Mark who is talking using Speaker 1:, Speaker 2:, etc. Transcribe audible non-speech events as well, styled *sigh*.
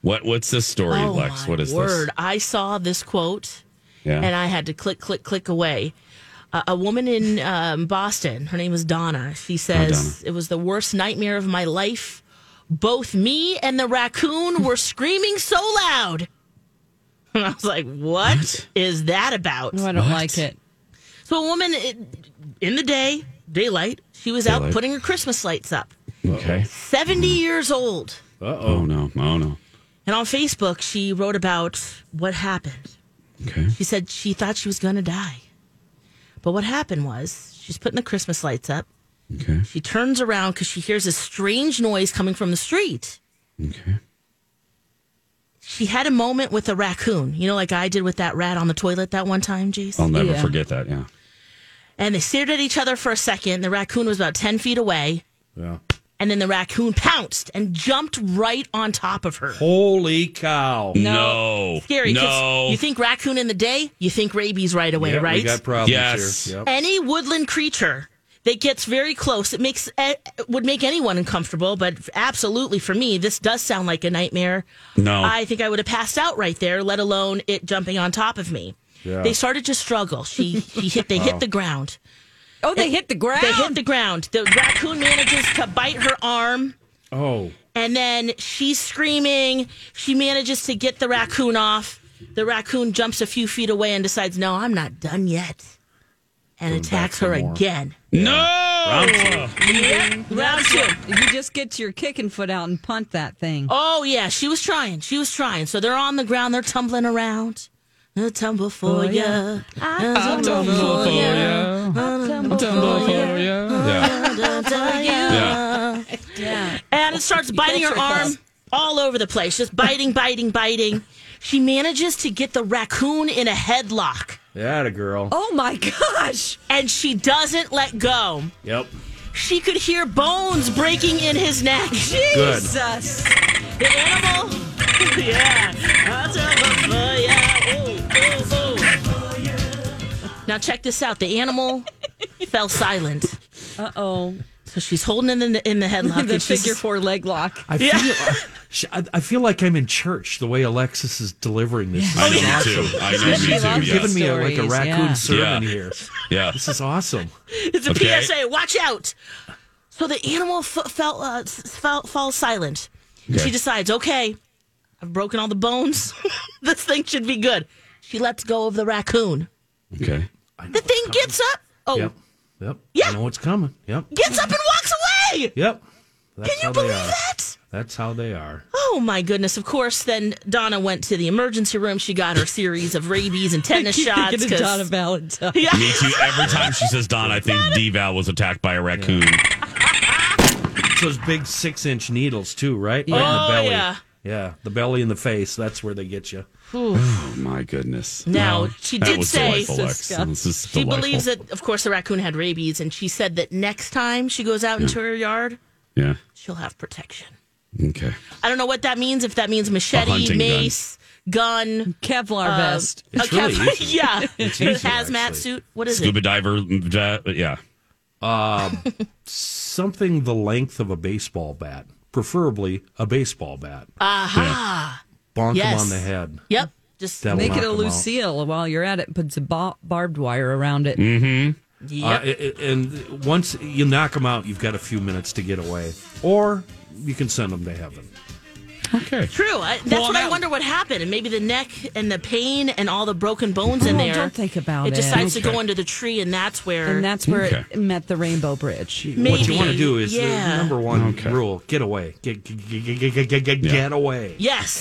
Speaker 1: What what's this story,
Speaker 2: oh
Speaker 1: Lex?
Speaker 2: my
Speaker 1: What is
Speaker 2: word.
Speaker 1: this?
Speaker 2: I saw this quote
Speaker 1: Yeah.
Speaker 2: and I had to click, click, click away. Uh, a woman in um, Boston, her name was Donna. She says it was the worst nightmare of my life. Both me and the raccoon were screaming so loud. *laughs* And I was like, what is that about?
Speaker 3: No, I don't like it.
Speaker 2: So a woman it, in the day, daylight, she was out
Speaker 1: Daylight. Mm-hmm.
Speaker 2: putting her Christmas lights up.
Speaker 1: okay.
Speaker 2: 70 years old.
Speaker 1: Oh no. Oh no.
Speaker 2: And on Facebook, she wrote about what happened.
Speaker 1: Okay.
Speaker 2: She said she thought she was going to die. But what happened was she's putting the Christmas lights up.
Speaker 1: Okay.
Speaker 2: She turns around because she hears a strange noise coming from the street.
Speaker 1: Okay.
Speaker 2: She had a moment with a raccoon, you know, like I did with that rat on the toilet that one time,
Speaker 4: Oh,
Speaker 2: Jason.
Speaker 1: I'll never
Speaker 3: Yeah.
Speaker 1: forget that. Yeah.
Speaker 2: And they stared at each other for a second. The raccoon was about 10 feet away.
Speaker 4: Yeah.
Speaker 2: And then the raccoon pounced and jumped right on top of her.
Speaker 4: Holy cow.
Speaker 1: No.
Speaker 2: Scary. 'cause
Speaker 1: No.
Speaker 2: You think raccoon in the day, you think rabies right away,
Speaker 4: Yep,
Speaker 2: right?
Speaker 4: We got problems
Speaker 1: Yes.
Speaker 4: here. Yep.
Speaker 2: any woodland creature that gets very close it makes eh, would make anyone uncomfortable but absolutely for me this does sound like a nightmare
Speaker 1: no.
Speaker 2: i think i would have passed out right there let alone it jumping on top of me
Speaker 4: Yeah.
Speaker 2: they started to struggle she, she hit they hit the ground
Speaker 3: Oh, they hit the ground.
Speaker 2: they hit the ground the raccoon manages to bite her arm
Speaker 4: Oh.
Speaker 2: and then she's screaming she manages to get the raccoon off the raccoon jumps a few feet away and decides no i'm not done yet and attacks her again
Speaker 1: no.
Speaker 2: round two
Speaker 3: You just get your kicking foot out and punt that thing.
Speaker 2: Oh yeah, she was trying. She was trying. So they're on the ground. They're tumbling around. I'll tumble for ya.
Speaker 3: yeah.
Speaker 2: I'll Oh, tumble for ya.
Speaker 3: Oh,
Speaker 1: Yeah.
Speaker 2: Dun, dun, ya.
Speaker 1: Yeah.
Speaker 2: And it starts biting her arm all over the place. Just biting, biting, biting. She manages to get the raccoon in a headlock,
Speaker 4: That a girl.
Speaker 3: Oh my gosh.
Speaker 2: and she doesn't let go.
Speaker 4: Yep.
Speaker 2: She could hear bones breaking in his neck.
Speaker 4: Good.
Speaker 3: Jesus.
Speaker 2: *laughs* The animal. *laughs* yeah. I'll tumble for ya. Ooh, ooh, ooh. Now check this out. The *laughs* animal fell silent.
Speaker 3: Uh oh.
Speaker 2: So she's holding it in the, in the headlock.
Speaker 3: The
Speaker 2: and she's-
Speaker 3: figure four leg lock.
Speaker 4: I feel,
Speaker 2: *laughs*
Speaker 4: I, I feel like I'm in church the way Alexis is delivering this.
Speaker 2: Oh,
Speaker 1: I know me too. I know
Speaker 3: She
Speaker 1: me
Speaker 3: loves
Speaker 1: too.
Speaker 4: You're
Speaker 1: Yes.
Speaker 4: giving me a, like a
Speaker 3: Stories,
Speaker 4: raccoon
Speaker 3: yeah.
Speaker 4: sermon
Speaker 1: Yeah.
Speaker 4: here.
Speaker 1: Yeah.
Speaker 4: This
Speaker 2: *laughs*
Speaker 4: is awesome.
Speaker 2: It's a
Speaker 1: Okay.
Speaker 2: PSA. Watch out. So the animal f- fell, uh, s- fell falls silent.
Speaker 1: Okay.
Speaker 2: She decides, okay, I've broken all the bones. *laughs* this thing should be good. She lets go of the raccoon.
Speaker 1: Okay.
Speaker 2: The thing gets up. Oh,
Speaker 4: Yep. Yep.
Speaker 2: Yeah.
Speaker 4: I know what's coming. Yep.
Speaker 2: gets up and walks away.
Speaker 4: Yep. That's
Speaker 2: Can you
Speaker 4: how they
Speaker 2: believe
Speaker 4: are.
Speaker 2: that?
Speaker 4: That's how they are.
Speaker 2: Oh my goodness! Of course, then Donna went to the emergency room. She got her series of rabies and tetanus
Speaker 3: Keep
Speaker 2: shots.
Speaker 3: thinking of
Speaker 2: 'cause-
Speaker 3: Donna Valentine.
Speaker 2: Yeah.
Speaker 1: Me too. Every time she says Don, I think D-Val was attacked by a raccoon.
Speaker 4: It's those big six inch needles too, right? Right in
Speaker 2: Oh,
Speaker 4: the belly.
Speaker 2: yeah.
Speaker 4: Yeah, The belly and the face. That's where they get you.
Speaker 1: Oh my goodness.
Speaker 2: Now,
Speaker 1: Wow.
Speaker 2: she
Speaker 1: That
Speaker 2: did
Speaker 1: was
Speaker 2: say-
Speaker 1: delightful, Lex. This is
Speaker 2: She
Speaker 1: delightful.
Speaker 2: believes that, of course, the raccoon had rabies, and she said that next time she goes out into her yard,
Speaker 1: Yeah.
Speaker 2: she'll have protection.
Speaker 1: Okay.
Speaker 2: I don't know what that means. If that means
Speaker 1: A
Speaker 2: machete,
Speaker 1: hunting gun.
Speaker 2: mace, gun,
Speaker 3: Kevlar
Speaker 2: uh,
Speaker 3: vest.
Speaker 2: a
Speaker 4: It's really
Speaker 2: cap- *laughs*
Speaker 4: easy.
Speaker 2: yeah,
Speaker 4: It's
Speaker 2: a
Speaker 4: easy,
Speaker 2: hazmat
Speaker 4: actually.
Speaker 2: suit. What is
Speaker 1: Scuba diver. uh, Yeah.
Speaker 4: Something the length of a baseball bat, preferably a baseball bat.
Speaker 1: Ah.
Speaker 4: Bonk
Speaker 2: yes.
Speaker 4: them on the head.
Speaker 2: it? Yep. Just
Speaker 4: That'll
Speaker 3: Make
Speaker 4: knock
Speaker 3: it a
Speaker 4: 'em out.
Speaker 3: Lucille while you're at it. Put some ba- barbed wire around it.
Speaker 4: Uh,
Speaker 2: yep.
Speaker 4: i- i- and once you knock them out, you've got a few minutes to get away, or you can send them to heaven.
Speaker 5: Okay.
Speaker 2: True. I, that's
Speaker 1: Well,
Speaker 2: what I
Speaker 1: that-
Speaker 2: wonder what happened. And maybe the neck and the pain and all the broken bones in
Speaker 3: Oh,
Speaker 2: there.
Speaker 3: don't think about
Speaker 2: It
Speaker 3: it.
Speaker 2: decides to
Speaker 5: Okay.
Speaker 2: go under the tree, and that's where.
Speaker 3: and that's where
Speaker 5: Okay.
Speaker 3: it met the Rainbow Bridge.
Speaker 4: What you want to
Speaker 2: Maybe,
Speaker 4: do is
Speaker 2: yeah.
Speaker 4: the number one
Speaker 5: Okay.
Speaker 4: rule: get away, get get, get, get, get, get, get away.
Speaker 2: yes.